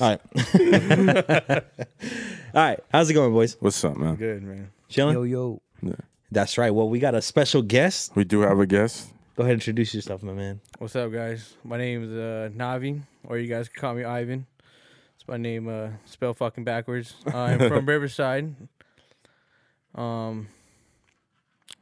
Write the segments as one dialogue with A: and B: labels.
A: All right. All right. How's it going, boys?
B: What's up, man?
C: Good man.
A: Chilling?
D: Yo yo.
A: That's right. Well, we got a special guest.
B: We do have a guest.
A: Go ahead and introduce yourself, my man.
C: What's up, guys? My name is uh, Navi, or you guys can call me Ivan. It's my name. Uh, spell fucking backwards. Uh, I'm from Riverside. Um,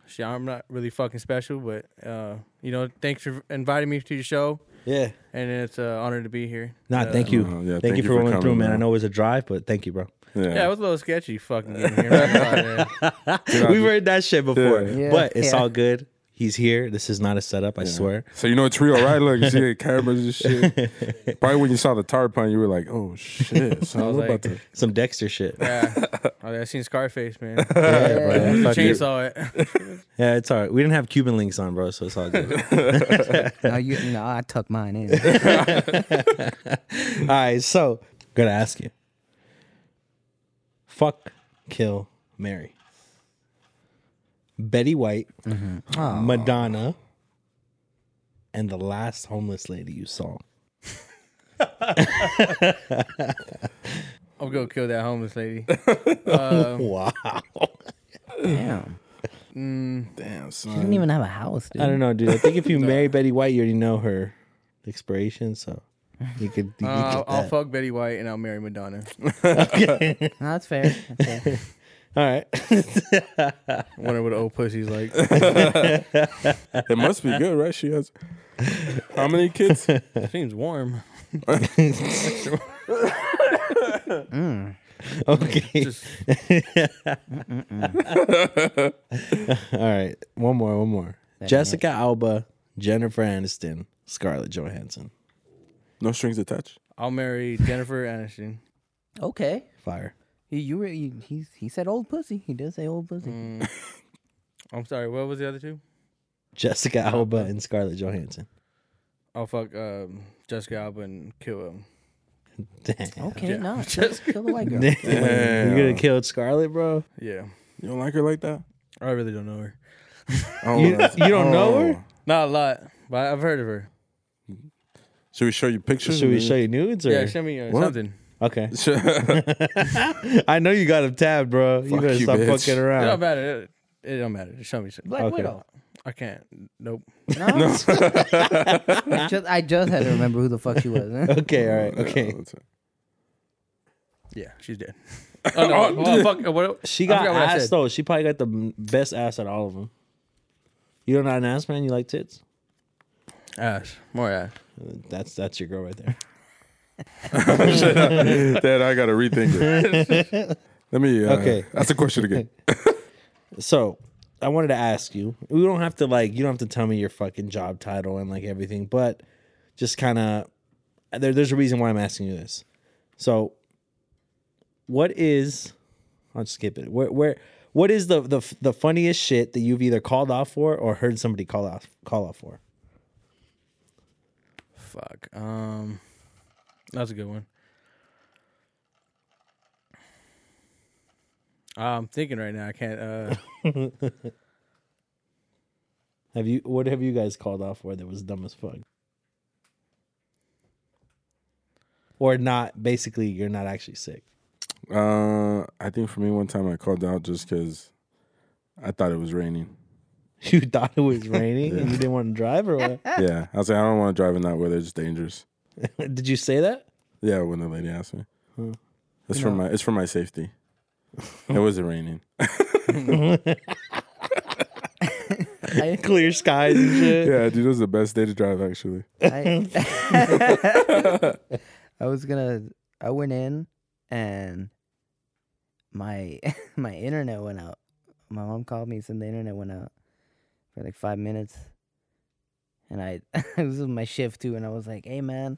C: shit, I'm not really fucking special, but uh, you know, thanks for inviting me to your show,
A: Yeah.
C: and it's an honor to be here.
A: Nah,
C: Uh,
A: thank you.
B: Uh, yeah,
A: Uh-huh. thank, you for, rolling
B: coming,
A: through, man. I
B: man.
A: know it was a drive, but thank you, bro.
B: Yeah.
C: Yeah, it was a little sketchy, fucking getting here. Oh, Yeah.
A: We've heard that shit before,
B: Yeah.
D: Yeah,
A: but it's
D: yeah.
A: all good. He's here. This is not a setup, I swear.
B: so you know it's real, right? Look, you see cameras and shit. Probably when you saw the tarpon, you were like, "Oh shit!" So I was
C: was
B: about
C: like-
B: to.
A: Some Dexter shit. Yeah,
C: yeah. Oh, yeah, I seen Scarface, man.
A: bro. Fuck you.
C: Chainsaw it.
A: Yeah, it's all right. We didn't have Cuban links on, bro, so it's all good.
D: No, you no, I tuck mine in.
A: all right, so gotta ask you. Fuck, kill, Mary. Betty White, Mm-hmm. Oh. Madonna, and the last homeless lady you saw.
C: I'm gonna kill that homeless lady. Um,
A: Wow.
D: Damn.
B: Damn,
D: She didn't even have a house, dude.
A: I don't know, dude. I think if you marry Betty White, you already know her expiration, so you could. You could
C: Uh,
A: get
C: I'll, I'll
A: that.
C: fuck Betty White and I'll marry Madonna.
D: No, that's fair. That's fair.
A: All right.
C: Wonder what an old pussy's like.
B: It must be good, right? She has how many kids?
C: Seems warm.
A: Okay.
C: Just
A: All right. One more. One more. Jessica Alba, Jennifer Aniston, Scarlett Johansson.
B: No strings attached.
C: I'll marry Jennifer Aniston.
D: okay.
A: Fire.
D: You, you were you, he he said old pussy. He did say old pussy.
C: Mm. I'm sorry. What was the other two?
A: Jessica Alba and Scarlett Johansson.
C: I'll fuck um, Jessica Alba and kill him.
A: Damn.
D: Okay,
C: Yeah.
D: no, kill, kill the white girl.
A: Damn. You're gonna kill Scarlett, bro.
C: Yeah,
B: You don't like her like that?
C: I really don't know her.
B: Oh,
A: You- you don't know her?
C: Not a lot, but I've heard of her.
B: Should we show you pictures?
A: Should we show you nudes or?
C: Yeah, show me uh,
B: What?
C: something.
A: okay.
B: you?
A: I know you got him tabbed, bro. you
B: Fuck
A: better
B: you,
A: stop
B: bitch.
A: fucking
C: It don't
A: around.
C: matter. It, it don't matter. Just show me something.
D: Black
A: Okay.
D: Widow.
C: I can't. Nope.
D: No, I just I just had to remember who the fuck she was. huh?
A: Okay. All right. Okay.
C: Yeah, she's dead. Oh, no. oh, fuck. uh, What,
A: She
C: I
A: got
C: forgot what I
A: ass
C: said.
A: though. She probably got the m- best ass at all of them. You're not an ass man. You like tits.
C: Ass. More ass.
A: That's that's your girl right there.
B: Dad, I gotta rethink it. Let me. Uh,
A: Okay.
B: okay, that's the question again.
A: So I wanted to ask you. We don't have to like. You don't have to tell me your fucking job title and like everything, but just kind of there, there's a reason why I'm asking you this. So, what is? I'll just skip it. Where where what is the the the funniest shit that you've either called off for or heard somebody call off call off for?
C: Fuck. Um, that's a good one. I'm thinking right now. I can't. Uh,
A: Have you what have you guys called off for that was dumb as fuck? Or not? Basically, you're not actually sick.
B: Uh, I think for me, one time I called out just because I thought it was raining.
A: You thought it was raining and you didn't want to drive, or what?
D: Eh.
B: yeah, I was like, I don't want to drive in that weather; it's dangerous.
A: Did you say that?
B: Yeah, when the lady asked me, it's for my it's for my safety. it wasn't raining.
D: I,
A: Clear skies and shit.
B: Yeah, dude, it was the best day to drive actually.
D: I, I was gonna. I went in and my my internet went out. My mom called me, said the internet went out for like five minutes, and I this was my shift too, and I was like, "Hey man,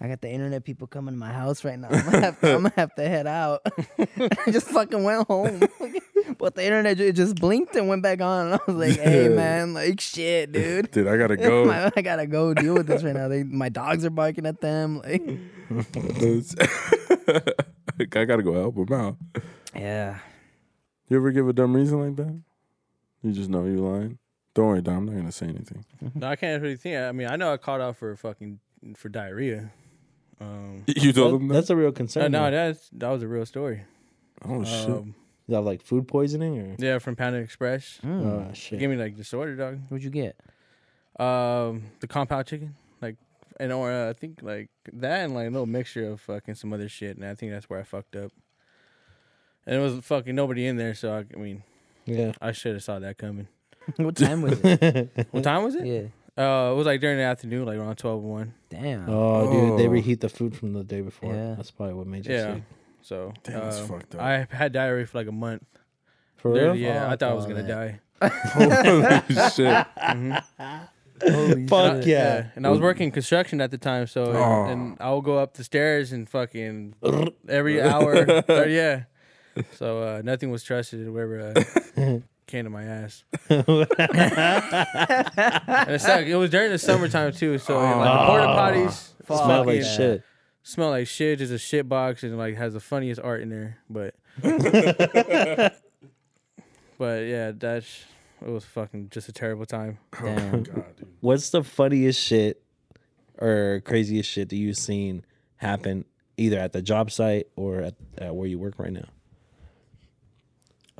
D: I got the internet people coming to my house right now. I'm gonna have to, I'm gonna have to head out." I just fucking went home. But the internet ju- it just blinked and went back on. And I was like, hey, man, like, shit, dude.
B: Dude, I gotta go.
D: My- I gotta go deal with this right now. They, my dogs are barking at them. Like,
B: I gotta go help him out.
D: yeah,
B: You ever give a dumb reason like that? You just know you're lying. Don't worry, Dom. I'm not gonna say anything.
C: no, I can't really think. I mean, I know I called out for fucking for diarrhea. Um,
B: You told
A: That-
B: them that?
A: that's a real
C: no,
A: concern.
C: no,
A: though.
C: that's that was a real story.
B: Oh shit!
C: Um,
A: You have like food poisoning or
C: yeah, from Panda Express.
D: Mm.
A: oh shit.
C: Give me like disorder, dog.
D: What'd you get?
C: Um, the compound chicken, like, and or uh, I think like that and like a little mixture of fucking some other shit, and I think that's where I fucked up. And it was fucking nobody in there, so I, I mean,
A: yeah.
C: I should have saw that coming.
D: what time was it?
C: What time was it?
D: yeah.
C: Uh, it was like during the afternoon, like around twelve one.
D: Damn.
A: Oh, dude, they
B: Oh.
A: reheat the food from the day before.
D: Yeah.
A: That's probably what made you
C: Yeah.
A: sick.
C: So
B: Damn, that's
C: um,
B: fucked up.
C: I had diarrhea for like a month.
A: For
C: Dude,
A: real?
C: yeah, I
D: Fuck
C: thought I was
D: all
C: gonna
D: that.
C: die.
B: Holy shit!
D: Holy
A: Fuck
C: And I-
A: yeah.
C: And I was working construction at the time, so
B: Oh.
C: and I would go up the stairs and fucking every hour. or, yeah. So uh, nothing was trusted. Whatever uh, came to my ass. and it sucked. It was during the summertime too, so like the porta potties
D: Fuck
A: Ah. Smell like
C: fucking
A: shit.
C: Smell like shit. Just a shit box and like has the funniest art in there, but. but yeah, that's it was fucking just a terrible time.
D: Damn.
B: God, dude.
A: What's the funniest shit or craziest shit that you've seen happen either at the job site or at, at where you work right now?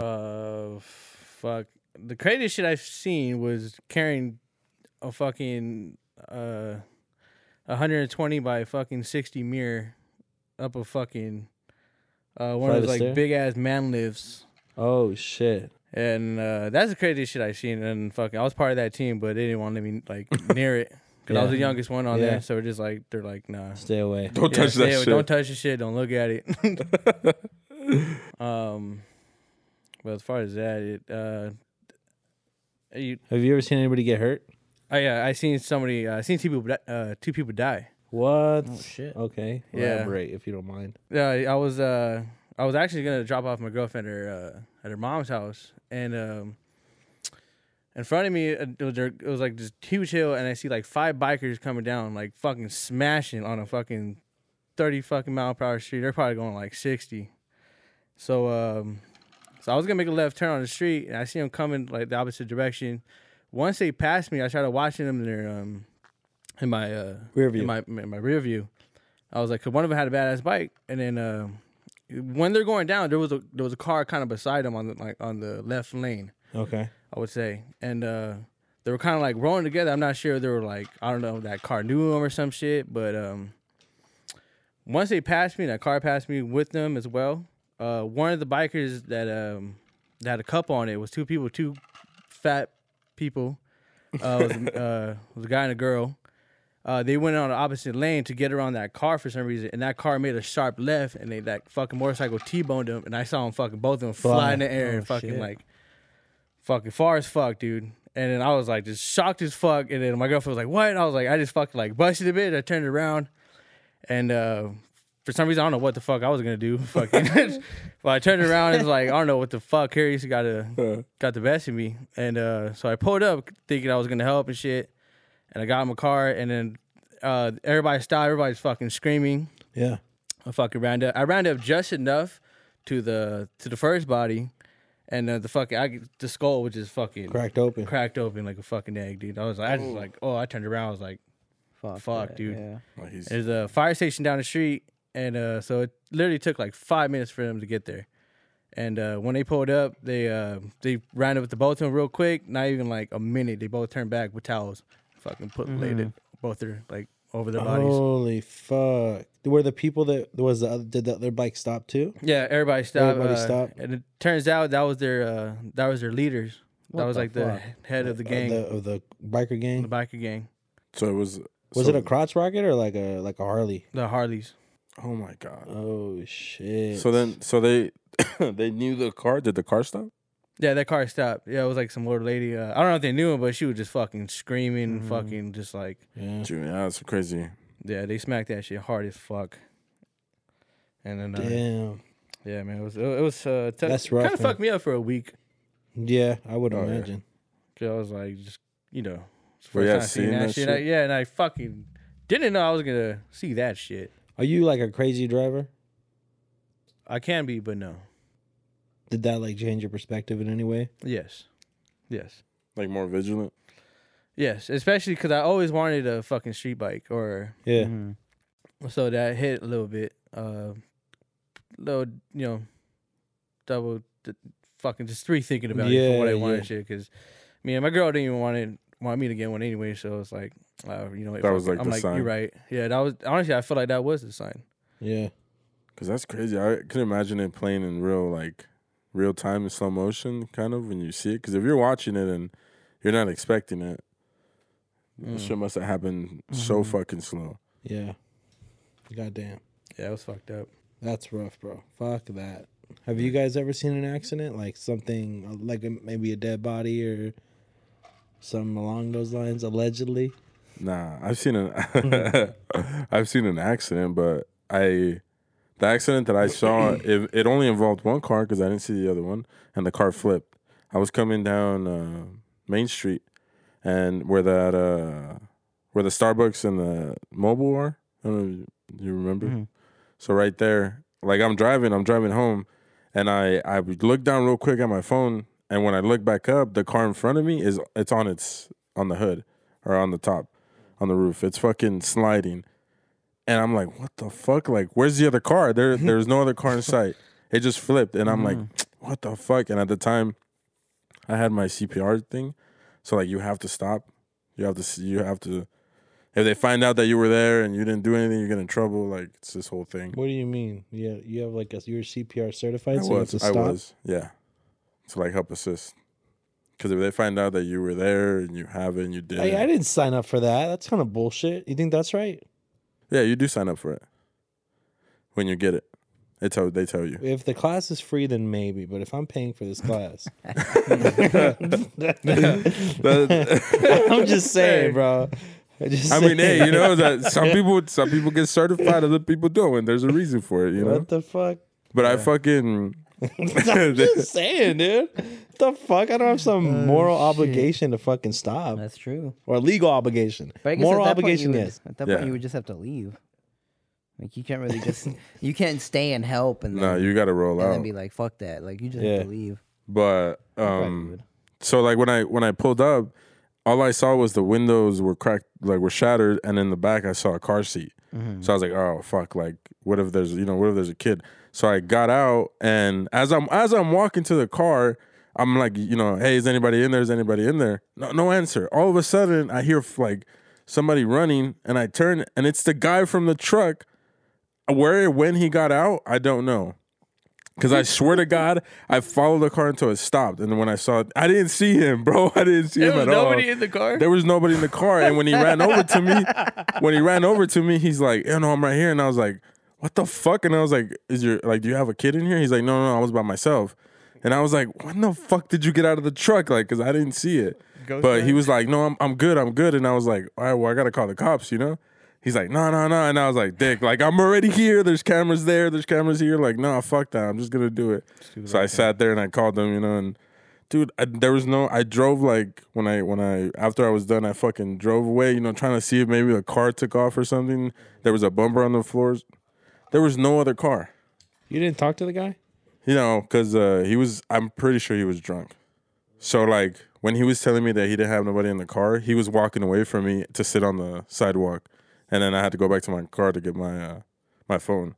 C: Uh, fuck. The craziest shit I've seen was carrying a fucking uh, 120 by fucking 60 mirror up a fucking uh
A: Flight
C: one of
A: of
C: those
A: stair?
C: like big ass man lifts.
A: Oh shit.
C: And uh, that's the craziest shit I've seen. And fucking, I was part of that team, but they didn't want to let me like near it because I was the
A: Yeah.
C: youngest one on
A: Yeah.
C: there. So we're just like, they're like, nah,
A: Stay away.
B: Don't
C: yeah,
B: touch
C: stay
B: that
C: away.
B: shit.
C: Don't touch the shit. Don't look at it. um, but as far as that, it uh, you,
A: Have you ever seen anybody get hurt?
C: oh yeah, I seen somebody. uh, I seen two people. di- Uh, two people die.
A: What?
D: shit.
A: Okay.
C: Oh, Yeah.
A: Elaborate if you don't mind.
C: Yeah, I was. Uh, I was actually gonna drop off my girlfriend at her, uh, at her mom's house, and um, in front of me, uh, it was, there- it was like this huge hill, and I see like five bikers coming down, like fucking smashing on a fucking thirty fucking mile per hour street. They're probably going like sixty. So, um, so I was gonna make a left turn on the street, and I see them coming like the opposite direction. Once they passed me, I started watching them in their um, in my uh,
A: Rear view.
C: in my in my rear view. I was like, 'cause one of them had a badass bike, and then uh, when they're going down, there was a there was a car kind of beside them on the like on the left lane,
A: Okay.
C: I would say, and uh, they were kind of like rolling together. I'm not sure they were like I don't know if that car knew them or some shit, but um, once they passed me, and that car passed me with them as well. Uh, one of the bikers that um that had a cup on it was two people, two fat people. Uh, it was, uh, it was a guy and a girl. Uh, they went on the opposite lane to get around that car for some reason, and that car made a sharp left, and they that fucking motorcycle t-boned them, and I saw them fucking both of them fly,
A: Fly.
C: in the air and
A: Oh,
C: fucking
A: shit.
C: like fucking far as fuck, dude. And then I was like just shocked as fuck, and then my girlfriend was like, "What?" And I was like, "I just fucking like busted a bit." I turned around, and uh, for some reason I don't know what the fuck I was gonna do. Fucking, but I turned around and was like, I don't know what the fuck. Curious got a got the best of me, and uh, so I pulled up thinking I was gonna help and shit, and I got in my car, and then uh, everybody stopped. Everybody's fucking screaming.
A: Yeah.
C: I fucking round up. I round up just enough to the to the first body, and uh, the fucking I, the skull was just fucking
A: Cracked open.
C: cracked open like a fucking egg, dude. I was like, I just like, oh, I turned around. I was like,
D: Fuck.
C: Fuck,
D: that,
C: dude.
D: Yeah.
B: Like, he's-
C: there's a fire station down the street, and uh, so it literally took like five minutes for them to get there. And uh, when they pulled up, they uh, they rounded up the both of them real quick. Not even like a minute, they both turned back with towels, fucking put laid it both their like over
A: Oh,
C: their bodies.
A: Holy fuck! Were the people that was the other, did the other bike stop too?
C: Yeah, everybody stopped.
A: Everybody
C: uh,
A: stopped.
C: And it turns out that was their uh, that was their leaders.
D: What
C: that was
D: the
C: like the
D: fuck?
C: head of the gang,
A: of Uh, the, of the biker gang.
C: the biker gang,
B: so it was.
A: was
B: so-
A: it a crotch rocket or like a like a Harley?
C: the Harleys.
B: Oh my
C: Uh,
B: god!
A: Oh shit!
B: So then, so they they knew the car. Did the car stop?
C: Yeah, that car stopped. Yeah, it was like some old lady. Uh, I don't know if they knew him, but she was just fucking screaming,
D: Mm-hmm.
C: fucking just like
A: yeah.
B: Dude, yeah, that's crazy.
C: Yeah, they smacked that shit hard as fuck. And then, uh,
A: damn.
C: yeah, man, it was it was uh, t-
A: That's rough,
C: Kind of
A: man.
C: fucked me up for a week.
A: Yeah, I would
B: Oh, yeah.
A: imagine.
C: 'Cause I was like, just you know, it's the
B: Well,
C: first
B: yeah,
C: time seeing
B: seeing
C: that,
B: that
C: shit. I-
B: shit.
C: yeah, and I fucking didn't know I was gonna see that shit.
A: Are you like a crazy driver?
C: I can be, but no.
A: Did that like change your perspective in any way?
C: Yes, yes,
B: Like more vigilant.
C: yes. Especially because I always wanted a fucking street bike or
A: Yeah.
D: Mhm.
C: So that hit a little bit. Uh, little, you know, double, d- fucking just rethinking about it
A: Yeah,
C: for what I wanted
A: yeah.
C: shit. Because, me and my girl didn't even want it, want me to get one anyway. So it's like, uh, you know,
B: That
C: fuck
B: was,
C: it.
B: like,
C: I'm
B: the
C: like,
B: sign.
C: you're right. Yeah, that was honestly, I feel like that was the sign.
A: Yeah.
B: Cause that's crazy. I could imagine it playing in real like real time in slow motion, kind of when you see it. Cause if you're watching it and you're not expecting it,
C: Mm. Mm-hmm.
B: this shit must have happened so fucking slow.
A: Yeah. Goddamn.
C: Yeah, it was fucked up.
A: That's rough, bro. Fuck that. Have you guys ever seen an accident like something uh, like a- maybe a dead body or something along those lines allegedly?
B: Nah, I've seen an I've seen an accident, but I the accident that I saw it, it only involved one car because I didn't see the other one, and the car flipped. I was coming down uh, Main Street, and where that uh, where the Starbucks and the mobile are. I don't know if you remember.
D: Mhm.
B: So right there, like I'm driving, I'm driving home, and I I look down real quick at my phone, and when I look back up, the car in front of me is it's on its on the hood or on the top, on the roof. It's fucking sliding, and I'm like, what the fuck? Like, where's the other car? There there's no other car in sight. It just flipped, and I'm like, what the fuck? And at the time, I had my CPR thing, so like you have to stop, you have to s- you have to. If they find out that you were there and you didn't do anything, you're getting in trouble. Like it's this whole thing.
A: What do you mean? Yeah, you have like a you're CPR certified,
B: I
A: so
B: was.
A: you have to
B: I
A: stop.
B: was. Yeah. To like help assist. Because if they find out that you were there and you have it and you did,
A: Hey, I didn't sign up for that. That's kind of bullshit. You think that's right?
B: yeah, you do sign up for it. When you get it, they tell they tell you.
A: If the class is free, then maybe. But if I'm paying for this class, I'm just saying, bro. I, just
B: I mean,
A: saying.
B: hey, you know that some people some people get certified, other people don't, and there's a reason for it, you know.
A: what the fuck?
B: But I fucking
A: I'm just saying, dude. The fuck? I don't have some moral obligation to fucking stop
D: Oh, That's true.
A: or legal obligation.
D: But I guess
A: moral
D: at that
A: obligation,
D: point, you would,
A: yes.
D: At that
B: Yeah.
D: point, you would just have to leave. Like you can't really just you can't stay and help and then,
B: no, you got to roll
D: and then
B: out.
D: be like fuck that. Like you just
A: Yeah.
D: have to leave.
B: But
D: Probably
B: um,
D: would.
B: so like when I when I pulled up, all I saw was the windows were cracked, like were shattered, and in the back I saw a car seat. So I was like, oh fuck, like what if there's you know what if there's a kid? So I got out, and as I'm as I'm walking to the car, I'm like, you know, hey, is anybody in there? Is anybody in there? No, no answer. All of a sudden, I hear like somebody running, and I turn, and it's the guy from the truck. Where when he got out, I don't know. Cause I swear to God, I followed the car until it stopped, and then when I saw it, I didn't see him, bro. I didn't see
C: There
B: him
C: was
B: at
C: nobody
B: all.
C: in the car.
B: There was nobody in the car, and when he ran over to me, when he ran over to me, he's like, "You know, I'm right here," and I was like, "What the fuck?" And I was like, "Is your like, do you have a kid in here?" He's like, "No, no, no I was by myself," and I was like, "When the fuck did you get out of the truck?" Like, cause I didn't see it,
C: Ghost
B: but he
C: ride.
B: was like, "No, I'm I'm good, I'm good," and I was like, "All right, well, I gotta call the cops," you know. He's like, no, no, no. And I was like, Dick, like, I'm already here. There's cameras there. There's cameras here. Like, nah, fuck that. I'm just going to do it. So I sat there and I called them, you know, and dude, I, there was no, I drove like when I, when I, after I was done, I fucking drove away, you know, trying to see if maybe a car took off or something. There was a bumper on the floors. There was no other car,
A: You didn't talk to the guy?
B: you know, because uh, he was, I'm pretty sure he was drunk. So like when he was telling me that he didn't have nobody in the car, he was walking away from me to sit on the sidewalk, and then I had to go back to my car to get my uh, my phone.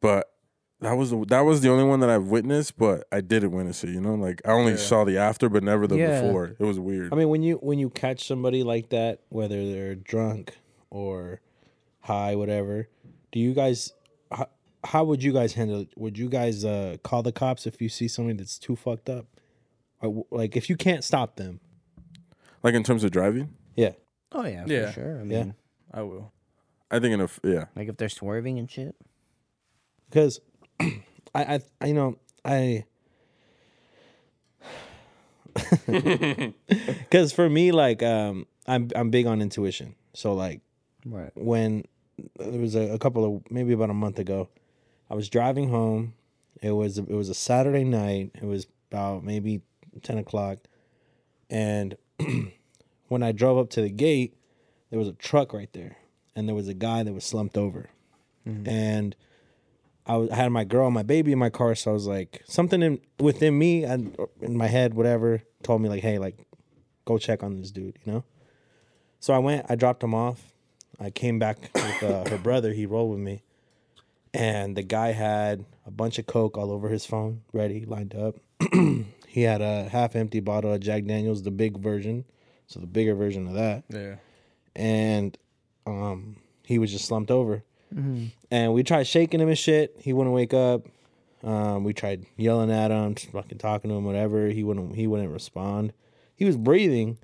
B: But that was the, that was the only one that I've witnessed, but I didn't witness it. You know, like I only saw the after, but never the
A: Yeah.
B: before. It was weird.
A: I mean, when you when you catch somebody like that, whether they're drunk or high, whatever, do you guys? How, how would you guys handle it? Would you guys uh, call the cops if you see somebody that's too fucked up? Or, like if you can't stop them?
B: like in terms of driving,
A: Yeah.
D: Oh yeah, for
C: Yeah.
D: sure. I mean,
A: Yeah.
C: I will.
B: I think in a f- yeah,
D: like if they're swerving and shit.
A: because I, I I- you know I because for me like um I'm I'm big on intuition so like
D: Right.
A: when there was a, a couple of maybe about a month ago I was driving home it was it was a Saturday night it was about maybe ten o'clock and when I drove up to the gate there was a truck right there and there was a guy that was slumped over and I, was, I had my girl and my baby in my car, so I was like, something in, within me and in my head, whatever, told me like, hey, like, go check on this dude, you know. So I went, I dropped him off. I came back with uh, her brother. He rolled with me, and the guy had a bunch of coke all over his phone, ready, lined up. he had a half-empty bottle of Jack Daniels, the big version, so the bigger version of that,
C: Yeah.
A: and um, he was just slumped over.
D: hmm
A: And we tried shaking him and shit. He wouldn't wake up. Um, we tried yelling at him, just fucking talking to him, whatever. He wouldn't. He wouldn't respond. He was breathing,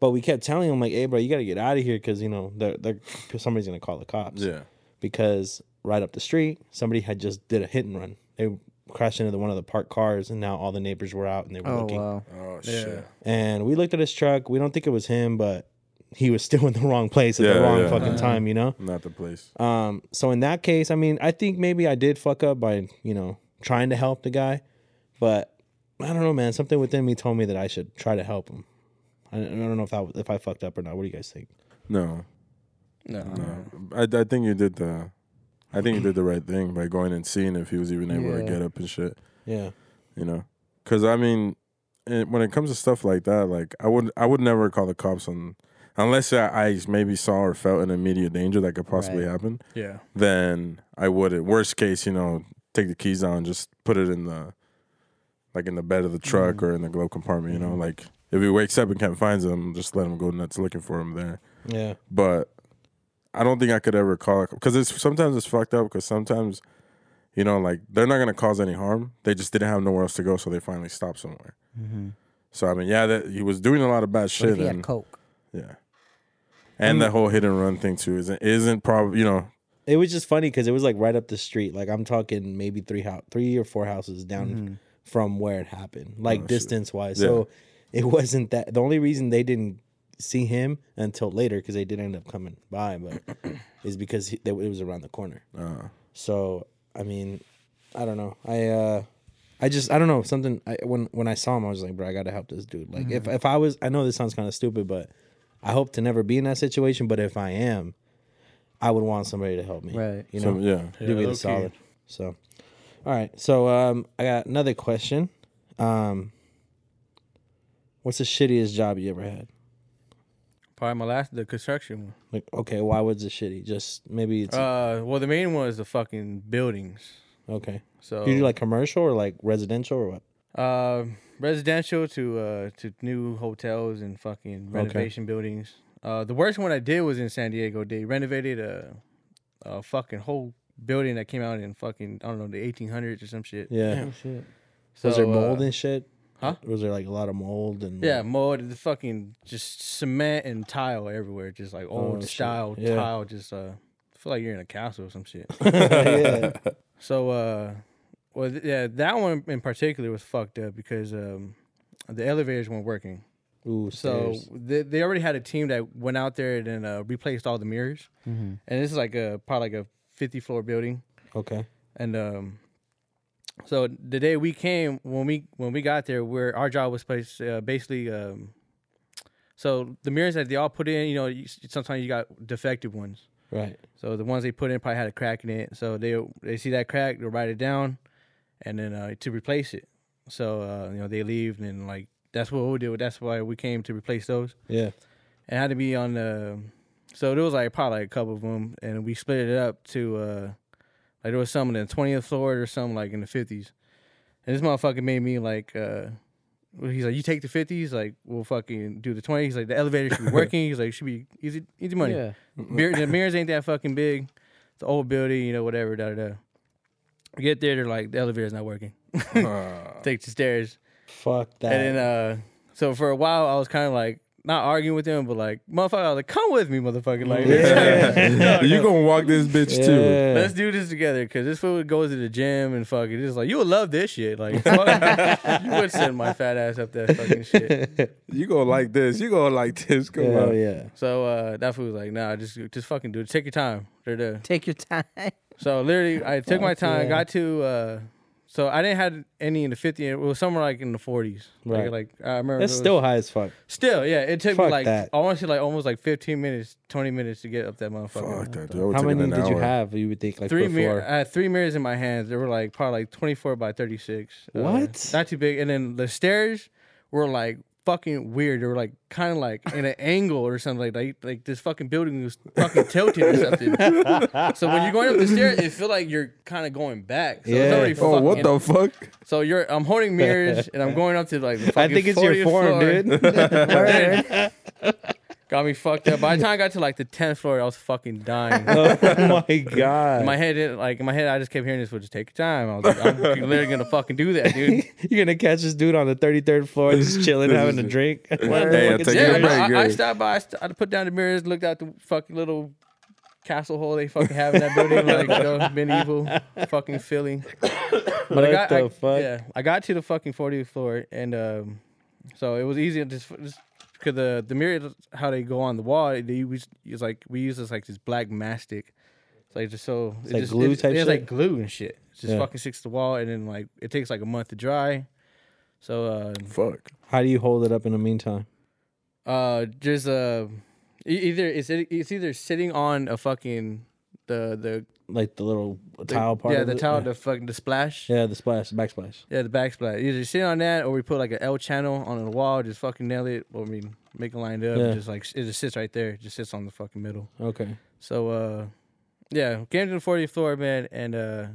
A: but we kept telling him like, "Hey, bro, you got to get out of here because you know they're, they're, somebody's gonna call the cops."
B: Yeah.
A: Because right up the street, somebody had just did a hit and run. They crashed into the, one of the parked cars, and now all the neighbors were out and they were
D: Oh
A: looking.
D: wow.
B: Oh
C: Yeah.
B: shit.
A: And we looked at his truck. We don't think it was him, but he was still in the wrong place at
B: Yeah,
A: the wrong
B: yeah.
A: fucking time. You know.
B: Not the place.
A: Um, so in that case, I mean, I think maybe I did fuck up by, you know, trying to help the guy, but I don't know, man. Something within me told me that I should try to help him. I, I don't know if I if I fucked up or not. What do you guys think?
B: No.
C: No.
B: No. I, I think you did the I think you did the right thing by going and seeing if he was even able to
D: Yeah.
B: get up and shit.
A: Yeah,
B: you know because i mean it, when it comes to stuff like that like i would i would never call the cops on unless i, I maybe saw or felt an immediate danger that could possibly
D: Right.
B: happen
C: Yeah.
B: then i wouldn't worst case you know take the keys out and just put it in the like in the bed of the
D: Mm.
B: truck or in the glove compartment you know like if he wakes up and can't find them just let him go nuts looking for him there
A: yeah,
B: but I don't think I could ever call it because it's sometimes it's fucked up because sometimes you know like they're not gonna cause any harm. They just didn't have nowhere else to go, so they finally stopped somewhere.
D: Mm-hmm.
B: So I mean, yeah, that he was doing a lot of bad
D: What if
B: shit,
D: he had
B: and,
D: coke?
B: yeah, and the whole hit and run thing too isn't isn't probably you know
A: It was just funny because it was like right up the street. Like I'm talking maybe three house, three or four houses down
D: Mhm.
A: from where it happened, like
B: shit.
A: distance wise. So it wasn't that. The only reason they didn't see him until later because they did end up coming by, but is because he, they, it was around the corner.
B: uh,
A: So I mean, I don't know. I uh I just I don't know something. I, when when I saw him, I was like, bro, I gotta help this dude. Like if if I was, I know this sounds kind of stupid, but I hope to never be in that situation. But if I am, I would want somebody to help me.
D: Right.
A: You know,
B: some- yeah.
A: do me
C: Yeah,
A: the
C: low-key.
A: solid. So, all right. So um, I got another question. Um, what's the shittiest job you ever had?
C: Probably my last the construction one.
A: Like, okay, why was it shitty? Just maybe it's
C: Uh, well, the main one is the fucking buildings.
A: okay.
C: So
A: Do you do like commercial or like residential or what?
C: uh, residential to uh to new hotels and fucking renovation buildings. Uh, the worst one I did was in San Diego. They renovated a a fucking whole building that came out in fucking I don't know the 1800s or some shit.
A: Yeah.
D: shit.
C: So,
A: was there
C: uh,
A: mold and shit?
C: huh?
A: Was there like a lot of mold and
C: Yeah, mold, the fucking just cement and tile everywhere, just like old
A: Oh, shit.
C: style
A: Yeah.
C: tile. Just uh, feel like you're in a castle or some shit.
A: yeah.
C: So, uh, well, th- yeah, that one in particular was fucked up because um, the elevators weren't working.
A: Ooh,
C: So
A: stairs.
C: they, they already had a team that went out there and then, uh, replaced all the mirrors.
D: Mhm.
C: And this is like a probably like a 50 floor building.
A: okay.
C: And um, so the day we came, when we when we got there, where our job was placed, uh, basically. Um, so the mirrors that they all put in, you know, you, s- sometimes you got defective ones.
A: Right.
C: So the ones they put in probably had a crack in it. So they they see that crack, they'll write it down, and then uh, to replace it. So uh, you know they leave, and then, like that's what we do. That's why we came to replace those.
A: Yeah.
C: It had to be on the. So there was like probably a couple of them, and we split it up to uh, like there was some in the twentieth floor or some like in the fifties, and this motherfucker made me like. Uh, well, he's like, you take the fifties, like we'll fucking do the twenties. Like the elevator should be working. He's like, should be easy, easy money.
D: Yeah.
C: Mir- the mirrors ain't that fucking big. It's an old building, you know, whatever, da da da. We get there, they're like, the elevator's not working.
B: Uh,
C: Take the stairs.
A: Fuck that.
C: And then, uh, so for a while, I was kind of like, not arguing with them, but like, motherfucker, I was like, come with me, motherfucker. Like,
B: you gonna walk this bitch too?
A: Yeah.
C: let's do this together because this fool goes to the gym and fucking just like, you would love this shit. Like, fuck, you would send my fat ass up that fucking shit.
B: You go like this? You go like this? Come
A: Hell
B: on.
A: yeah.
C: So uh, that fool was like, nah, just, just fucking do it. Take your time. They're there.
D: Take your time.
C: So literally, I took my
A: Fuck
C: time.
A: yeah.
C: Got to. Uh, so I didn't have any in the 50. It was somewhere like in the 40s.
A: Right.
C: Like, like I remember.
A: That's
C: it was-
A: still high as fuck.
C: Still, yeah. It took
A: Fuck
C: me like
A: that.
C: I want to say like almost like 15 minutes, 20 minutes to get up that motherfucker.
B: Fuck that dude. I would
A: How
B: take it
A: many
B: an
A: did you
B: hour.
A: have? You would think like
C: Three
A: before.
C: mirrors. I had three mirrors in my hands. They were like probably like 24 by 36. Uh,
A: What?
C: not too big. And then the stairs were like fucking weird. They were like kind of like in an angle or something like like like this fucking building was fucking tilted or something. so when you're going up the stairs, it feel like you're kind of going back. So
A: Yeah.
C: it's already
B: Oh,
C: fucking-
B: what the fuck?
C: So you're I'm holding mirrors and I'm going up to like the
A: I
C: fucking
A: think it's your
C: 40th
A: form,
C: floor.
A: dude.
D: Word.
C: Got me fucked up. By the time I got to like the 10th floor, I was fucking dying.
A: oh my god.
C: In my head, it, like in my head, I just kept hearing this. Well, just take your time. I was like, I'm literally gonna fucking do that, dude.
A: You're gonna catch this dude on the 33rd floor just chilling, having a drink. What the
B: Hey,
A: fuck
B: I
A: is
B: take
A: that?
B: your
C: Yeah,
B: break,
C: I, I, I
B: yeah.
C: stopped by. I, st- I put down the mirrors, looked out the fucking little castle hole they fucking have in that building, like you know, medieval fucking Philly. But I
A: What
C: got,
A: the
C: I,
A: fuck?
C: yeah, I got to the fucking 40th floor, and um, so it was easy to just because the the mirrors how they go on the wall. They use it's like we use this like this black mastic. It's like just so it's
A: like
C: just,
A: glue
C: it,
A: type
C: It's
A: shit?
C: like glue and shit. It just
A: Yeah.
C: fucking sticks to the wall, and then like it takes like a month to dry. So uh,
B: Fuck.
A: How do you hold it up in the meantime?
C: uh, there's a e- either it's it's either sitting on a fucking the the,
A: Like the little
C: the-
A: tile part?
C: yeah
A: of
C: the
A: it?
C: towel the fucking the splash yeah,
A: Yeah, the splash, backsplash.
C: the backsplash either sitting on that or we put like an L channel on the wall just fucking nail it or I mean make it lined up
A: Yeah.
C: just like it just sits right there it just sits on the fucking middle
A: Okay.
C: so uh yeah came to the 40th floor man and uh,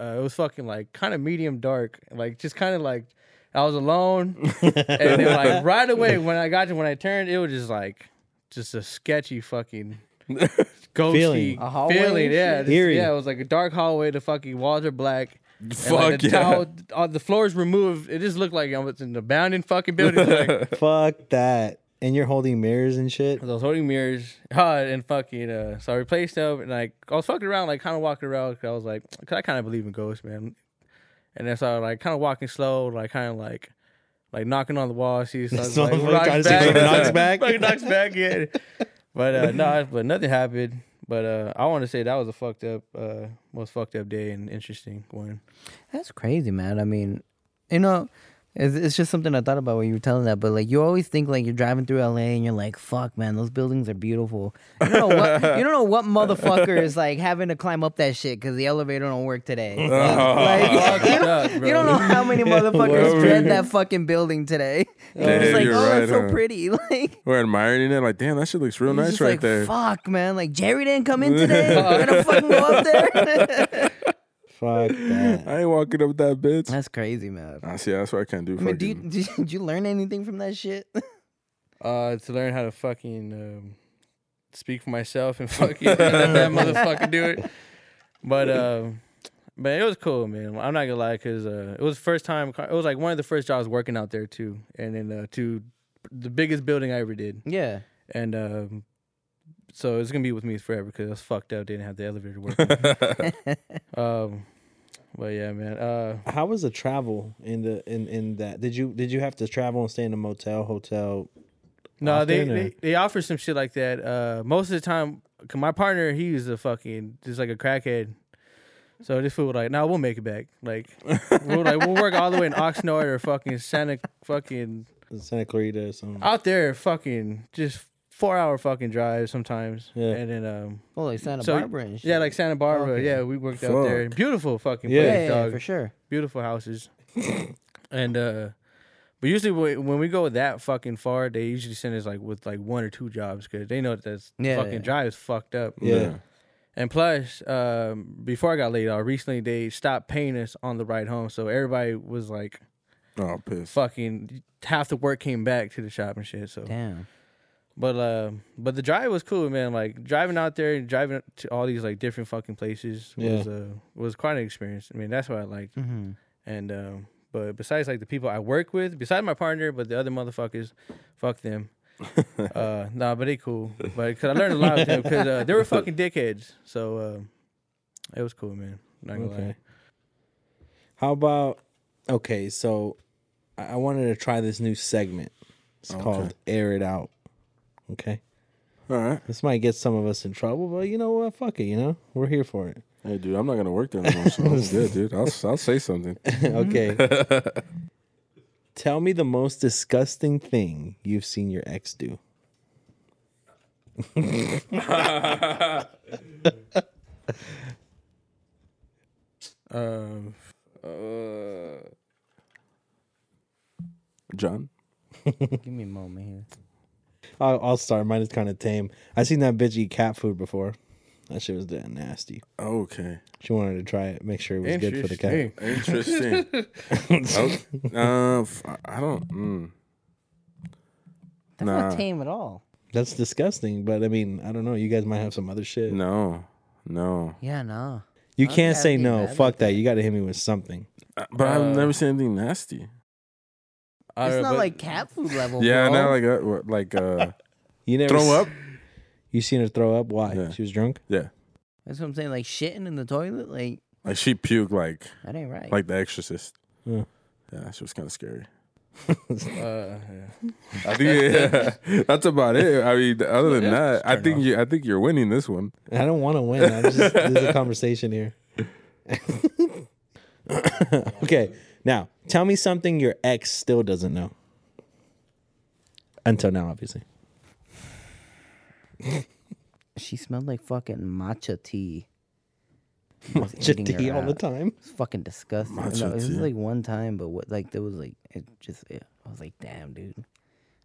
C: uh it was fucking like kind of medium dark like just kind of like I was alone and then like right away when I got to when I turned, it was just like just a sketchy fucking ghosty
A: Feeling.
C: feeling.
D: A hallway and
C: yeah,
D: shit?
C: just-
A: Eerie.
C: yeah. It was like a dark hallway. The fucking walls are black. and,
B: Fuck
C: like, the
B: yeah.
C: towel- all the floors removed. It just looked like I was in an abandoned fucking building. Like,
A: Fuck that. And you're holding mirrors and shit.
C: I was holding mirrors, uh, and fucking. Uh, so I replaced them, and like I was fucking around, like kind of walking around. 'cause I was like, cause I kind of believe in ghosts, man. And then so I like kind of walking slow, like kind of like. Like knocking on the wall, see
A: This
C: something like,
A: motherfucker
C: rocks
A: trying to see if it knocks back.
C: Fucking knocks back in. But uh, no, but nothing happened. But uh, I want to say that was a fucked up, uh, most fucked up day and interesting one.
D: That's crazy, man. I mean, you know, it's, it's just something I thought about when you were telling that. But like, you always think like you're driving through LA and you're like, "Fuck, man, those buildings are beautiful." You don't know what you don't know what motherfucker is like having to climb up that shit because the elevator don't work today. "Oh."
B: uh,
D: like, you,
C: up,
D: don't,
C: bro.
D: you don't know how many motherfuckers dread that fucking building today.
B: Damn,
D: it's like,
B: you're
D: oh,
B: right,
D: it's so
B: huh?
D: pretty. Like.
B: We're admiring it. Like, damn, that shit looks real
D: It's
B: nice
D: just
B: right
D: like,
B: there.
D: Fuck, man. Like Jerry didn't come in today. We're gonna fucking go up there.
A: Fuck that.
B: I ain't walking up that bitch.
D: That's crazy, man.
B: I see. That's what I can't do.
D: I mean, do you,
B: fucking-
D: did you learn anything from that shit?
C: Uh, to learn how to fucking um, speak for myself and fucking let that motherfucker do it. But um, but it was cool, man. I'm not gonna lie, cause uh, it was the first time. It was like one of the first jobs working out there too, and then uh, to the biggest building I ever did,
D: Yeah.
C: and um, so it's gonna be with me forever because I was fucked up. Didn't have the elevator working. um, but yeah, man. Uh,
A: How was the travel in the in in that? Did you did you have to travel and stay in a motel, hotel?
C: No, they,
A: often, or-
C: they they offer some shit like that. Uh, most of the time, 'cause my partner he was a fucking just like a crackhead. So this fool was like, "Nah, we'll make it back. Like, we'll like we'll work all the way in Oxnard or fucking Santa fucking
A: Santa Clarita or something.
C: out there fucking just four hour fucking drive sometimes.
A: Yeah.
C: And then um
D: Well, like Santa
C: So,
D: Barbara and shit.
C: yeah, like Santa Barbara.
D: Okay.
C: Yeah, we worked out there.
B: Fuck.
C: Beautiful fucking
A: Yeah.
D: yeah,
C: place,
D: yeah,
C: dog
D: yeah, for sure.
C: beautiful houses. and uh but usually when when we go that fucking far, they usually send us like with like one or two jobs because they know that that's
D: Yeah,
C: fucking
D: yeah.
C: drive is fucked up.
A: yeah.
C: And plus, um, before I got laid off, recently they stopped paying us on the ride home, so everybody was like
B: Oh, piss.
C: fucking half the work came back to the shop and shit. So,
D: Damn.
C: but uh, but the drive was cool, man. Like driving out there and driving to all these like different fucking places was uh, was quite an experience. I mean, that's what I liked.
D: hmm
C: And um, but besides like the people I work with, besides my partner, but the other motherfuckers, fuck them. uh, nah, but they cool. But cause I learned a lot with them because uh, they were fucking dickheads. So uh, it was cool, man. Not gonna
A: Okay.
C: lie.
A: How about okay? So I I wanted to try this new segment. It's called "Air It Out." Okay,
B: All right.
A: this might get some of us in trouble, but you know what? Fuck it. You know we're here for it.
B: Hey, dude, I'm not gonna work there anymore. So I'm good, dude. I'll, I'll say something.
A: okay. Tell me the most disgusting thing you've seen your ex do.
C: Um, Um,
B: Uh, John.
D: Give me a moment here.
A: I'll, I'll start. Mine is kind of tame. I seen that bitch eat cat food before. That shit was damn nasty.
B: Okay.
A: She wanted to try it, make sure it was good for the cat.
B: Interesting. okay. Uh, f- I don't. Mm.
D: That's
B: Nah.
D: not tame at all.
A: That's disgusting, but I mean, I don't know. You guys might have some other shit.
B: No. No.
D: Yeah, no.
A: You
D: I'd
A: can't
D: have
A: say
D: been
A: no.
D: mad
A: Fuck
D: like
A: that. You got to hit me with something.
B: Uh, But
C: Uh,
B: I've never seen anything nasty.
C: I
D: it's
C: don't know,
D: not
C: but-
D: like cat food level.
B: yeah,
D: bro.
B: not like uh, what- like uh,
A: You never
B: throw
A: s-
B: up.
A: You seen her throw up? Why?
B: Yeah.
A: She was drunk.
B: Yeah,
D: That's what I'm saying. Like shitting in the toilet. Like
B: like she puked like
D: that ain't right.
B: like The Exorcist.
A: Yeah.
B: Yeah, she was kind of scary.
C: Uh, yeah.
B: I think yeah, that's about it. I mean, other than that, I
C: Turn
B: think
C: off.
B: you I think you're winning this one.
A: I don't want to win. I'm just there's a conversation here. okay, now tell me something your ex still doesn't know. Until now, obviously.
D: she smelled like fucking matcha tea. I was
A: Matcha
D: eating her
A: tea all the
D: out.
A: time.
D: It's fucking disgusting. No,
B: Matcha
D: it was
B: tea.
D: like one time, but what like there was like it just yeah, I was like, damn, dude, it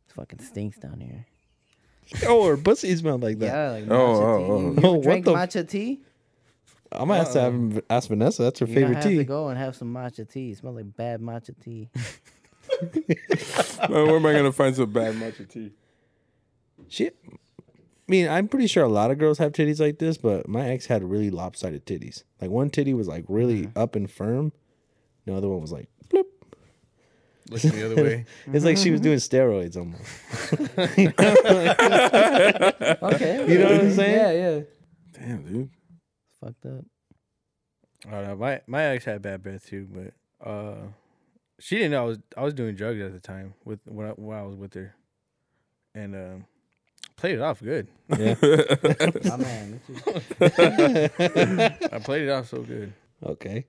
D: fucking stinks down here.
A: Oh, her pussy smelled like that.
D: Yeah, like matcha
B: oh,
D: tea.
B: oh.
D: You, you
A: Oh,
D: ever
A: what
D: drank
A: the-
D: matcha tea?
A: I'm gonna have to have, ask Vanessa. That's her
D: Uh-huh. You
A: favorite
D: have to
A: tea.
D: go and have some matcha tea. It smells like bad matcha tea.
B: Where am I gonna find some bad matcha tea?
A: She, I mean, I'm pretty sure a lot of girls have titties like this, but my ex had really lopsided titties. Like one titty was like really
D: Uh-huh.
A: up and firm, the other one was like blip.
C: Looking the other way.
A: It's like she was doing steroids almost.
D: okay,
A: You know what I'm saying?
D: Yeah, yeah.
B: Damn, dude.
D: Fucked up.
C: I don't know. My my ex had bad breath too, but uh, she didn't know I was I was doing drugs at the time with when I, when I was with her, and um, played it off good.
D: My man, this is-
C: I played it off so good.
A: Okay.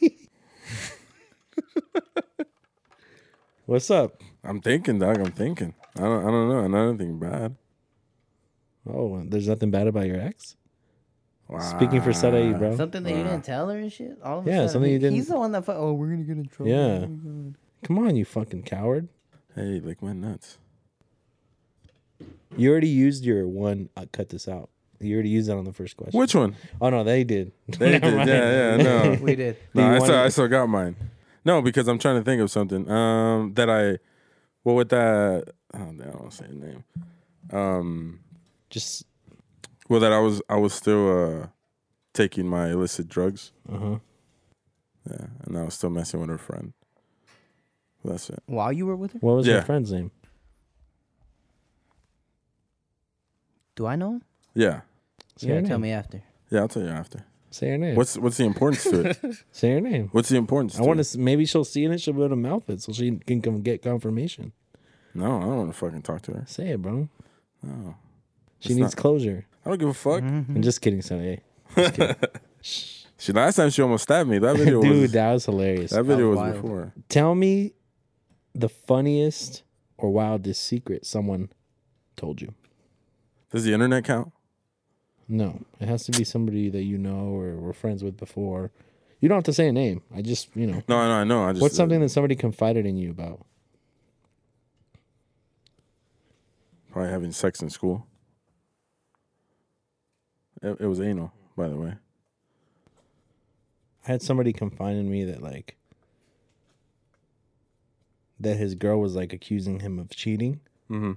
A: What's up?
B: I'm thinking, dog. I'm thinking. I don't. I don't know. Not anything bad.
A: Oh, there's nothing bad about your ex. Speaking for
B: Wow.
D: Ah.
A: Sadai, bro.
D: something that you didn't tell her and shit. All of a
A: Yeah,
D: sudden,
A: something you
D: he-
A: didn't-
D: He's the one that. Fu- oh, we're gonna get in trouble.
A: Yeah. Come on, you fucking coward.
B: Hey, like my nuts.
A: You already used your one. Uh, cut this out. You already used that on the first question.
B: Which one?
A: Oh no, they did.
B: They
A: Never
B: did.
A: mind.
B: Yeah, yeah. No.
D: we did.
A: Do
B: No,
A: you
B: I
A: want
B: still,
A: to-
B: I still got mine. No, because I'm trying to think of something. Um, that I, well, with that, oh, I don't want to say the name. Um,
A: Just
B: well, that I was, I was still uh, taking my illicit drugs.
A: uh huh.
B: Yeah, and I was still messing with her friend. That's it.
D: While you were with her,
A: What was your
B: Yeah.
A: friend's name?
D: do I know? Him?
B: Yeah,
A: Say
D: You
A: her
D: gotta tell
A: name.
D: me after.
B: yeah. I'll tell you after.
A: Say her name.
B: What's what's the importance to it?
A: Say her name.
B: What's the importance?
A: I want
B: it?
A: to. Maybe she'll see it. She'll be able to mouth it, so she can come get confirmation.
B: No, I don't want to fucking talk to her.
A: Say it, bro. Mm-hmm.
B: No,
A: She
B: It's
A: needs
B: not-
A: closure.
B: I don't give a fuck.
A: I'm just kidding, Sonny.
B: She last time she almost stabbed me. That video
A: Dude,
B: was
A: that was hilarious.
B: that video
D: was
B: was,
D: wild.
B: before.
A: Tell me the funniest or wildest secret someone told you.
B: Does the internet count?
A: No, it has to be somebody that you know or were friends with before. You don't have to say a name. I just, you know,
B: No, no, I know. I just uh,
A: what's something that somebody confided in you about?
B: Probably having sex in school. It, it was anal, by the way.
A: I had somebody confide in me that like that his girl was like accusing him of cheating,
B: Mm-hmm.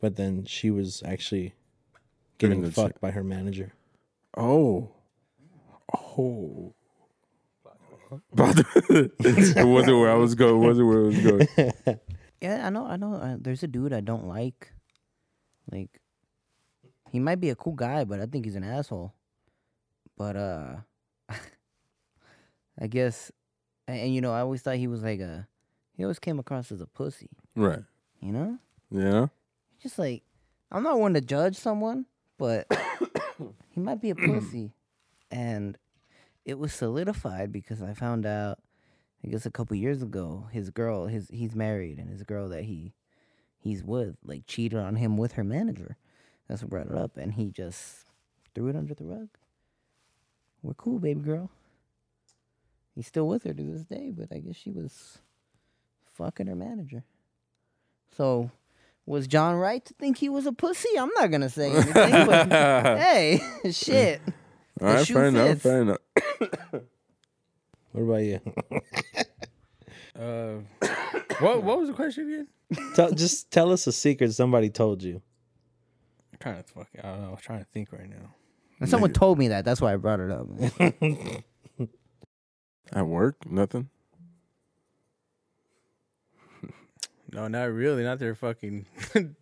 A: but then she was actually
B: Doing
A: getting
B: the
A: fucked by her manager.
B: Oh, oh. But it wasn't where I was going. It wasn't where I was going.
D: Yeah, I know. I know. Uh, there's a dude I don't like. Like, he might be a cool guy, but I think he's an asshole. But uh, I guess, and, and you know, I always thought he was like a. He always came across as a pussy.
B: Right.
D: You know,
B: Yeah.
D: just like I'm not one to judge someone, but he might be a pussy, and it was solidified because I found out. I guess a couple years ago, his girl, his he's married, and his girl that he he's with like cheated on him with her manager. That's what brought it up, and he just threw it under the rug. We're cool, baby girl. He's still with her to this day, but I guess she was fucking her manager. So, was John right to think he was a pussy? I'm not gonna say anything. but hey, shit.
B: All right,
D: shoe
B: fair enough.
D: fits.
B: Fair enough.
A: What about you?
C: Uh, what what was the question again?
A: tell, just tell us a secret somebody told you.
C: I'm trying to fucking, I don't know. I'm trying to think right now.
D: Someone told me that. That's why I brought it up.
B: At work, nothing.
C: No, not really. Not their fucking.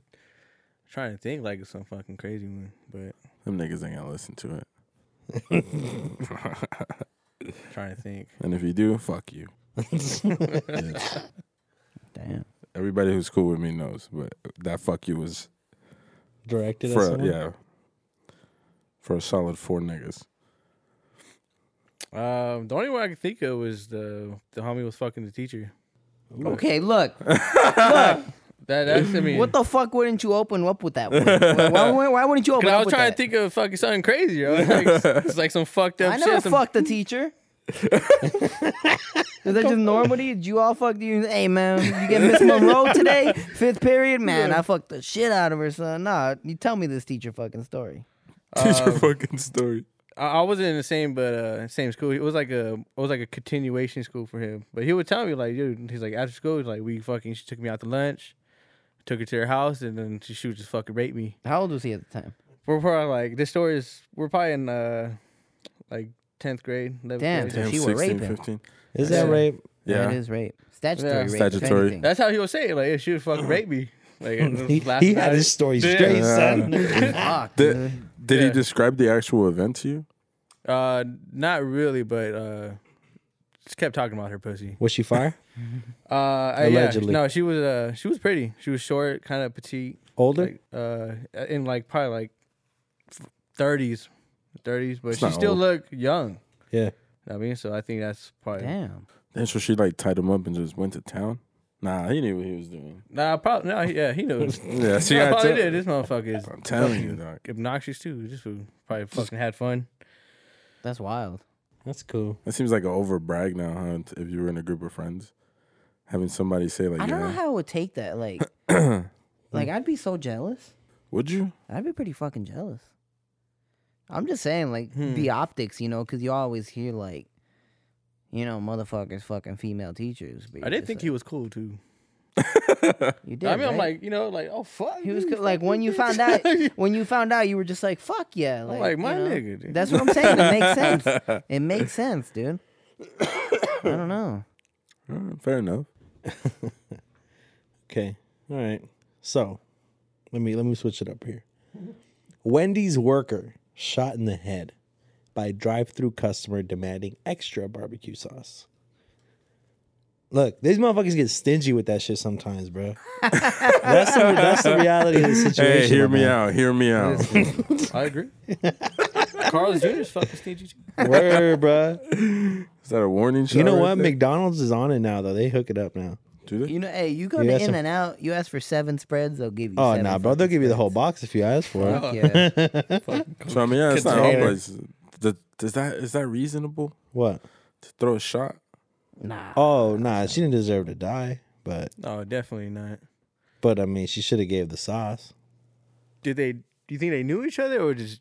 C: trying to think like it's some fucking crazy one, but
B: Them niggas ain't gonna listen to it.
C: trying to think.
B: And if you do, fuck you.
D: Damn.
B: Everybody who's cool with me knows, but that fuck you was
A: Directed at
B: for
A: someone?
B: yeah, for a solid four niggas.
C: Um, the only one I could think of was the the homie was fucking the teacher.
D: Okay, look, look.
C: That that's I mean.
D: What the fuck wouldn't you open up with that? One? Why, why, why wouldn't you open
C: 'Cause
D: up
C: I was
D: with
C: trying
D: that?
C: to think of fucking something crazy. I was like, it's like some fucked up
D: I
C: shit.
D: never
C: some-
D: fucked a teacher. Is that just normally? Did you all fuck you? Hey man, you get Miss Monroe today, fifth period. Man, I fucked the shit out of her, son. Nah, you tell me this teacher fucking story.
B: Teach your fucking story.
C: I, I wasn't in the same but uh same school. It was like a it was like a continuation school for him. But he would tell me like, dude, he's like after school, he's like we fucking she took me out to lunch, took her to her house, and then she, she would just fucking rape me.
D: How old was he at the time?
C: We're probably like this story is we're probably in uh like tenth grade. 11th
D: Damn.
C: grade.
D: Damn. She was raping.
B: 15.
A: Is that
C: Yeah.
A: rape?
D: it
B: Yeah.
D: is rape. Statutory
C: Yeah.
D: rape. if
B: Statutory.
D: anything.
C: That's how he would say it. Like yeah, she would fucking rape me. Like and
A: He,
C: laugh
A: he
C: about
A: had
C: it.
A: his story
C: Yeah.
A: straight,
B: Yeah.
A: son.
D: Fuck,
B: Did,
D: dude.
B: did he
C: Yeah.
B: describe the actual event to you?
C: Uh, not really, but uh, just kept talking about her pussy.
A: Was she fire?
C: Uh, I- yeah,
A: Allegedly.
C: no, she was uh, she was pretty. She was short, kind of petite,
A: Older?
C: like uh, in like probably like thirties, thirties, but
B: It's
C: she
B: not
C: still
B: old.
C: looked young.
A: yeah.
C: I mean, so I think that's probably
D: Damn.
B: And so she like tied him up and just went to town. Nah, he knew what he was doing.
C: nah, probably no, yeah, he knows.
B: Yeah, she
C: yeah,
B: got
C: probably
B: to.
C: did. This motherfucker is
B: I'm telling you, dog.
C: obnoxious too. This fool probably fucking had fun.
D: That's wild.
A: That's cool.
B: That seems like an over brag now, huh? If you were in a group of friends, having somebody say like,
D: I don't
B: yeah.
D: know how I would take that. Like, like I'd be so jealous.
B: "Would you?"
D: I'd be pretty fucking jealous. I'm just saying, like
C: Hmm.
D: the optics, you know, because you always hear like, you know, motherfuckers fucking female teachers.
C: I
D: but you're
C: didn't
D: just
C: think he was cool too.
D: like- You did.
C: I mean, I'm
D: right?
C: like, you know, like oh fuck,
D: He was
C: dude,
D: co- like
C: fuck
D: when you
C: this.
D: found out when you found out you were just like fuck yeah
C: I'm
D: like,
C: like
D: you
C: my
D: know?
C: nigga. Dude.
D: That's what I'm saying. It makes sense. It makes sense, dude. I don't know.
B: All right, Uh, fair enough.
A: Okay. All right. So let me let me switch it up here. Wendy's worker shot in the head by drive-through customer demanding extra barbecue sauce. Look, these motherfuckers get stingy with that shit sometimes, bro. that's the, that's the reality of the situation.
B: Hey, hear
A: my
B: me
A: man.
B: out. Hear me out.
C: I agree. Carl's Jr. is fucking stingy too.
A: Word, bro.
B: Is that a warning shot?
A: You know
B: right
A: what?
B: there?
A: McDonald's is on it now, though. They hook it up now.
B: Do they?
D: You know, hey, you go
A: You
D: to
A: ask
D: In
A: them-
D: and Out, you ask for seven spreads, they'll give you.
A: Oh,
D: seven
A: nah, bro. They'll give you the whole box if you ask for it.
D: fucking- Yeah.
B: So I mean, yeah, it's not all
A: Container.
B: places. Th- Does that is that reasonable
A: What?
B: to throw a shot?
D: nah.
A: Oh, nah. She didn't deserve to die, but
C: No, definitely not.
A: but I mean, she should have gave the sauce.
C: Did they? Do you think they knew each other, or just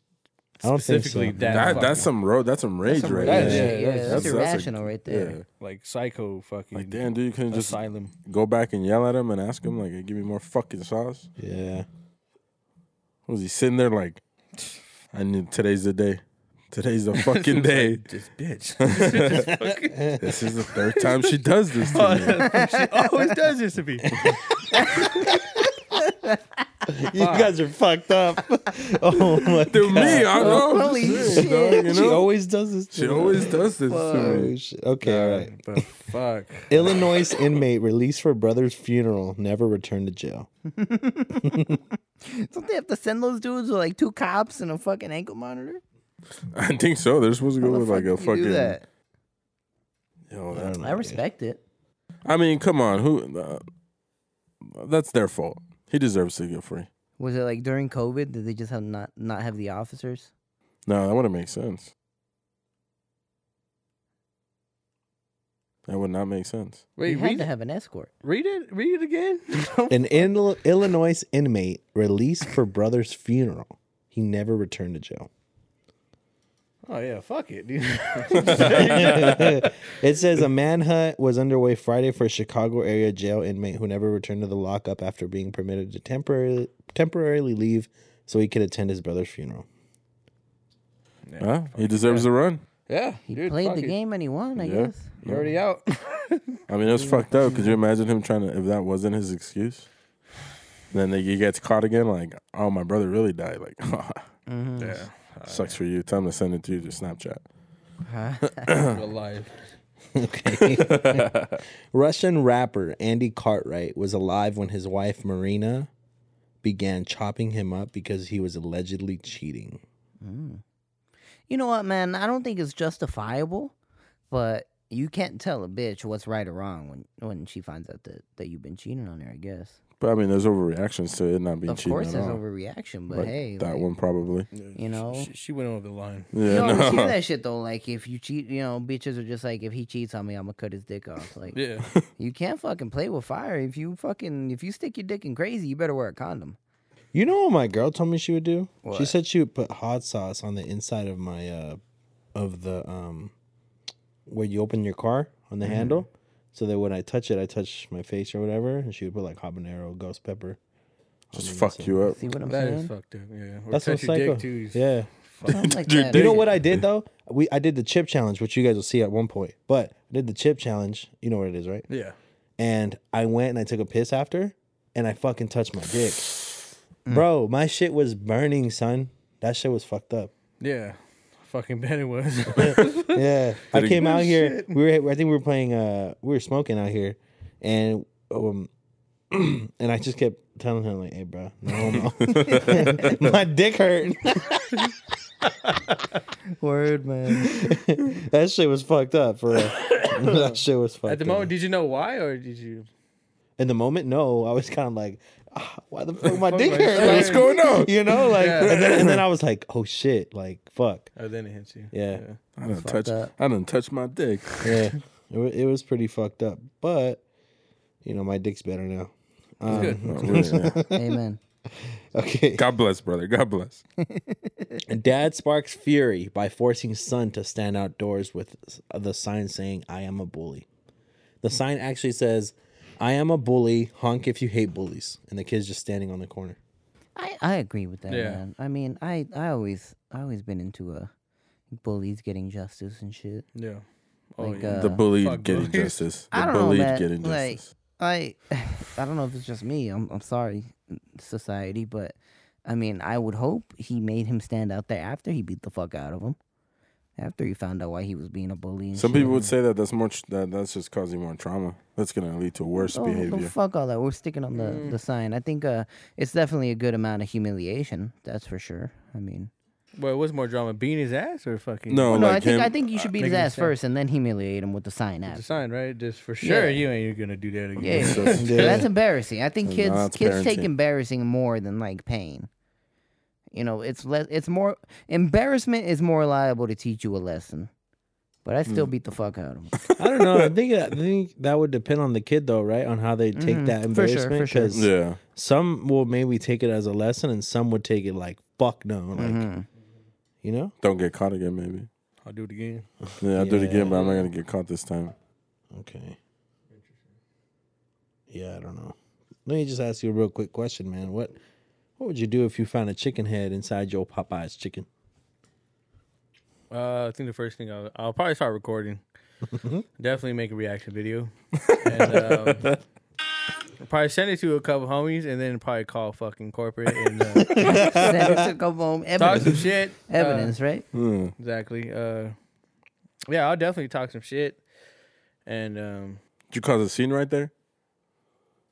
A: I don't think
C: specifically
A: so.
C: that?
B: That,
C: fucking,
B: that's some road. That's some rage
D: Some
B: right
D: rage.
C: Yeah,
B: there.
D: yeah,
C: that's-
D: that's,
B: that's a-
D: irrational right there.
B: Yeah.
C: like psycho fucking
B: Like damn, dude, you couldn't just
C: asylum.
B: go back and yell at him and ask him like, hey, "Give me more fucking sauce."
A: Yeah.
B: Was he sitting there like, "I knew today's the day. Today's the fucking day.
C: This bitch.
B: this is the third time she does this
D: Oh,
B: to me."
C: she always does this to me.
A: You guys are fucked up. oh my
B: to me. I know.
D: Holy
B: shit. you
A: She
B: know?
A: always does this. Oh,
B: She always does this to me.
A: Okay, all right.
C: But fuck.
A: Illinois inmate released for brother's funeral, never returned to jail.
D: Don't they have to send those dudes with like two cops and a fucking ankle monitor?
B: I think so. They're supposed to
D: How
B: go
D: the
B: with like a
D: fuck do you do
B: fucking. Oh
D: that?
B: Yo,
A: I
B: that-
A: don't know.
D: I respect it.
B: I mean, come on. Who? Uh, that's their fault. He deserves to get free.
D: Was it like during COVID? Did they just have not not have the officers?
B: No, that wouldn't make sense. That would not make sense.
C: Wait,
D: you had
C: read
D: to
C: it,
D: have an escort.
C: read it, read it again.
A: An in- Illinois inmate released for brother's funeral. He never returned to jail.
C: oh yeah, fuck it, dude.
A: it says a manhunt was underway Friday for a Chicago area jail inmate who never returned to the lockup after being permitted to temporarily temporarily leave so he could attend his brother's funeral.
B: Huh? He deserves a run.
C: yeah,
D: He
C: dude,
D: played
C: fuck
D: the
C: it.
D: game and he won, I
B: Yeah.
D: guess.
C: You're already out.
B: I mean, it was fucked up. Could you imagine him trying to? If that wasn't his excuse, then they, he gets caught again. Like, oh, my brother really died. Like,
C: yeah,
B: sucks for you. Tell him to send it to you to Snapchat.
C: alive.
A: Okay. Russian rapper Andy Cartwright was alive when his wife Marina began chopping him up because he was allegedly cheating.
D: You know what, man? I don't think it's justifiable, but you can't tell a bitch what's right or wrong when, when she finds out that, that you've been cheating on her, I guess.
B: But I mean, there's overreactions to it not being
D: of
B: cheating
D: course,
B: at
D: there's
B: all.
D: overreaction, but
B: Like,
D: hey,
B: that
D: like,
B: one probably.
D: you know.
C: She, she went over the line.
D: you
B: Yeah,
D: always hear
B: no.
D: that shit though. Like if you cheat, you know, bitches are just like, if he cheats on me, I'm gonna cut his dick off. Like
C: Yeah,
D: you can't fucking play with fire. If you fucking if you stick your dick in crazy, you better wear a condom.
A: You know what my girl told me she would do? She
D: What?
A: said she would put hot sauce on the inside of my uh of the um where you open your car on
C: Mm-hmm.
A: the handle. So that when I touch it, I touch my face or whatever, and she would put like habanero, ghost pepper.
B: Just fuck you up.
D: See what I'm
C: that is
D: saying?
C: fucked up. Yeah, or
A: That's so
C: touch your
A: psycho.
C: dick too.
A: Yeah.
D: Something like that.
A: You know what I did though? We I did the chip challenge, which you guys will see at one point. But I did the chip challenge. You know what it is, right?
C: yeah.
A: And I went and I took a piss after, and I fucking touched my dick, bro. My shit was burning, son. That shit was fucked up.
C: Yeah, fucking bet it was.
A: Yeah, I
B: it-
A: came out here. We were, I think we were playing. Uh, we were smoking out here, and um, and I just kept telling him like, "Hey, bro, no homo." my dick hurt.
D: Word, man.
A: that shit was fucked up. For real. that shit was fucked.
C: At the
A: up.
C: moment, did you know why, or did you?
A: in the moment, no, I was kind of like, ah, "Why the fuck my
C: Fuck
A: dick
C: my
A: hurt?"
C: shit.
A: Like,
B: What's going on?
A: You know, like,
C: Yeah.
A: and, then, and then I was like, "Oh shit!" Like, fuck.
C: Oh, then it hits you.
A: Yeah.
B: I done
D: fucked
B: touch.
D: up.
B: I done touch my dick.
A: Yeah, it, wa- it was pretty fucked up. But you know, my dick's better now. Um,
C: good.
D: Mm-hmm.
B: Oh, really, yeah.
D: Amen.
A: Okay.
B: God bless, brother. God bless.
A: Dad sparks fury by forcing son to stand outdoors with s- the sign saying, I am a bully. The sign actually says, I am a bully, honk if you hate bullies. And the kid's just standing on the corner.
D: I, I agree with that,
C: Yeah.
D: man. I mean, I, I always I always been into uh bullies getting justice and shit.
C: Yeah. Oh
D: Like,
C: yeah.
D: uh,
B: The bullied
C: fuck
B: getting
C: bullies.
B: justice. The
D: I don't know,
B: bullied
D: man.
B: getting
D: Like-
B: justice.
D: I I don't know if it's just me. I'm I'm sorry, society, but I mean, I would hope he made him stand out there after he beat the fuck out of him, after he found out why he was being a bully. And
B: Some
D: shit.
B: people would say that that's more. tr- That that's just causing more trauma. That's gonna lead to worse
D: Oh,
B: behavior.
D: fuck all that. We're sticking on the, the sign. I think uh, it's definitely a good amount of humiliation. That's for sure. I mean,
C: well, what's more drama, beating his ass or fucking?
B: No,
D: well, no,
B: like
D: I think
B: him.
D: I think you should beat his
C: making him
D: ass
C: say-
D: first and then humiliate him with the sign
C: It's a
D: after.
C: sign, right? Just for sure, you
D: Yeah.
C: ain't gonna do that again.
D: Yeah, yeah.
B: So-
D: So that's embarrassing. I think
B: No,
D: kids
B: that's
D: kids take
B: parenting.
D: embarrassing more than like pain. You know, it's less. It's more embarrassment is more liable to teach you a lesson. But I
C: Hmm.
D: still beat the fuck out of him.
A: I don't know. I think I think that would depend on the kid though, right? On how they take that
D: Mm-hmm. For sure,
A: embarrassment.
D: for sure.
A: 'cause
B: yeah.
A: some will maybe take it as a lesson and some would take it like, fuck no. Like
D: Mm-hmm.
A: you know?
B: Don't get caught again, maybe.
C: I'll do it again.
B: Yeah, I'll do it again, but I'm not gonna get caught this time.
A: Okay. Yeah, I don't know. Let me just ask you a real quick question, man. What what would you do if you found a chicken head inside your Popeye's chicken?
C: Uh, I think the first thing I'll, I'll probably start recording. Definitely make a reaction video. And, um, probably send it to a couple homies, and then probably call fucking corporate and uh,
D: Send it to go home.
C: talk some
D: Evidence,
C: shit. Uh,
D: evidence, right?
B: Hmm.
C: exactly. Uh, yeah, I'll definitely talk some shit. And um,
B: Did you cause a scene right there?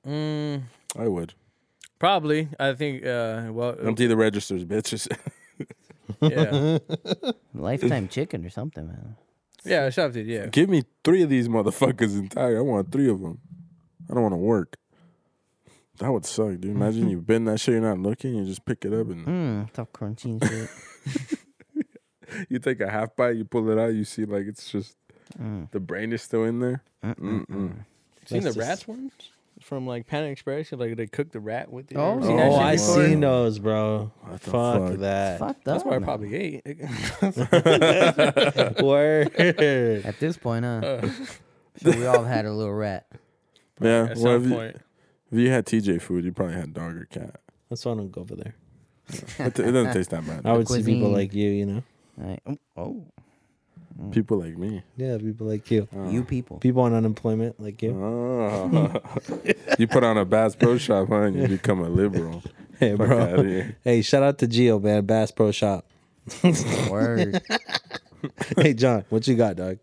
C: mm,
B: I would.
C: probably, I think. Uh, well,
B: Empty the registers, bitches.
C: yeah, Hmm.
D: Lifetime chicken or something, man.
C: yeah, something. Yeah,
B: Give me three of these motherfuckers entire. I want three of them. I don't want to work. That would suck, dude. Imagine you bend that shit, you're not looking, you just pick it up and
D: Mm, tough crunchy and shit.
B: you take a half bite, you pull it out, you see like it's just
D: Mm.
B: The brain is still in there.
C: Hmm.
B: Mm-mm.
C: Seen
A: That's
C: the
A: just-
C: rats ones from like Panic Express? Like they cook the rat with it.
D: Oh,
C: Ever
D: Seen
A: oh,
D: that shit
A: I
D: before?
A: seen those, bro.
B: What the
A: Fuck,
B: fuck?
A: that.
D: Fucked up.
C: That's why I
D: now.
C: probably ate.
A: Word.
D: At this point, huh?
C: Uh.
D: so we all had a little rat.
B: Yeah.
C: At
B: Well, if
C: some
B: you,
C: point.
B: if you had TJ food, you probably had dog or cat.
A: That's why I don't go over there.
B: It, it doesn't taste that bad.
A: I would see people
D: cuisine.
A: like you, you know.
D: Right. Oh, oh,
B: People like me.
A: Yeah, people like you.
C: Uh.
D: you people.
A: People on unemployment like you.
B: Oh. you put on a Bass Pro Shop, huh? And you become a liberal.
A: Hey,
B: Fuck
A: bro.
B: outta here.
A: Hey, shout out to Geo, man. Bass Pro Shop.
D: Word.
A: hey, John, what you got, dog?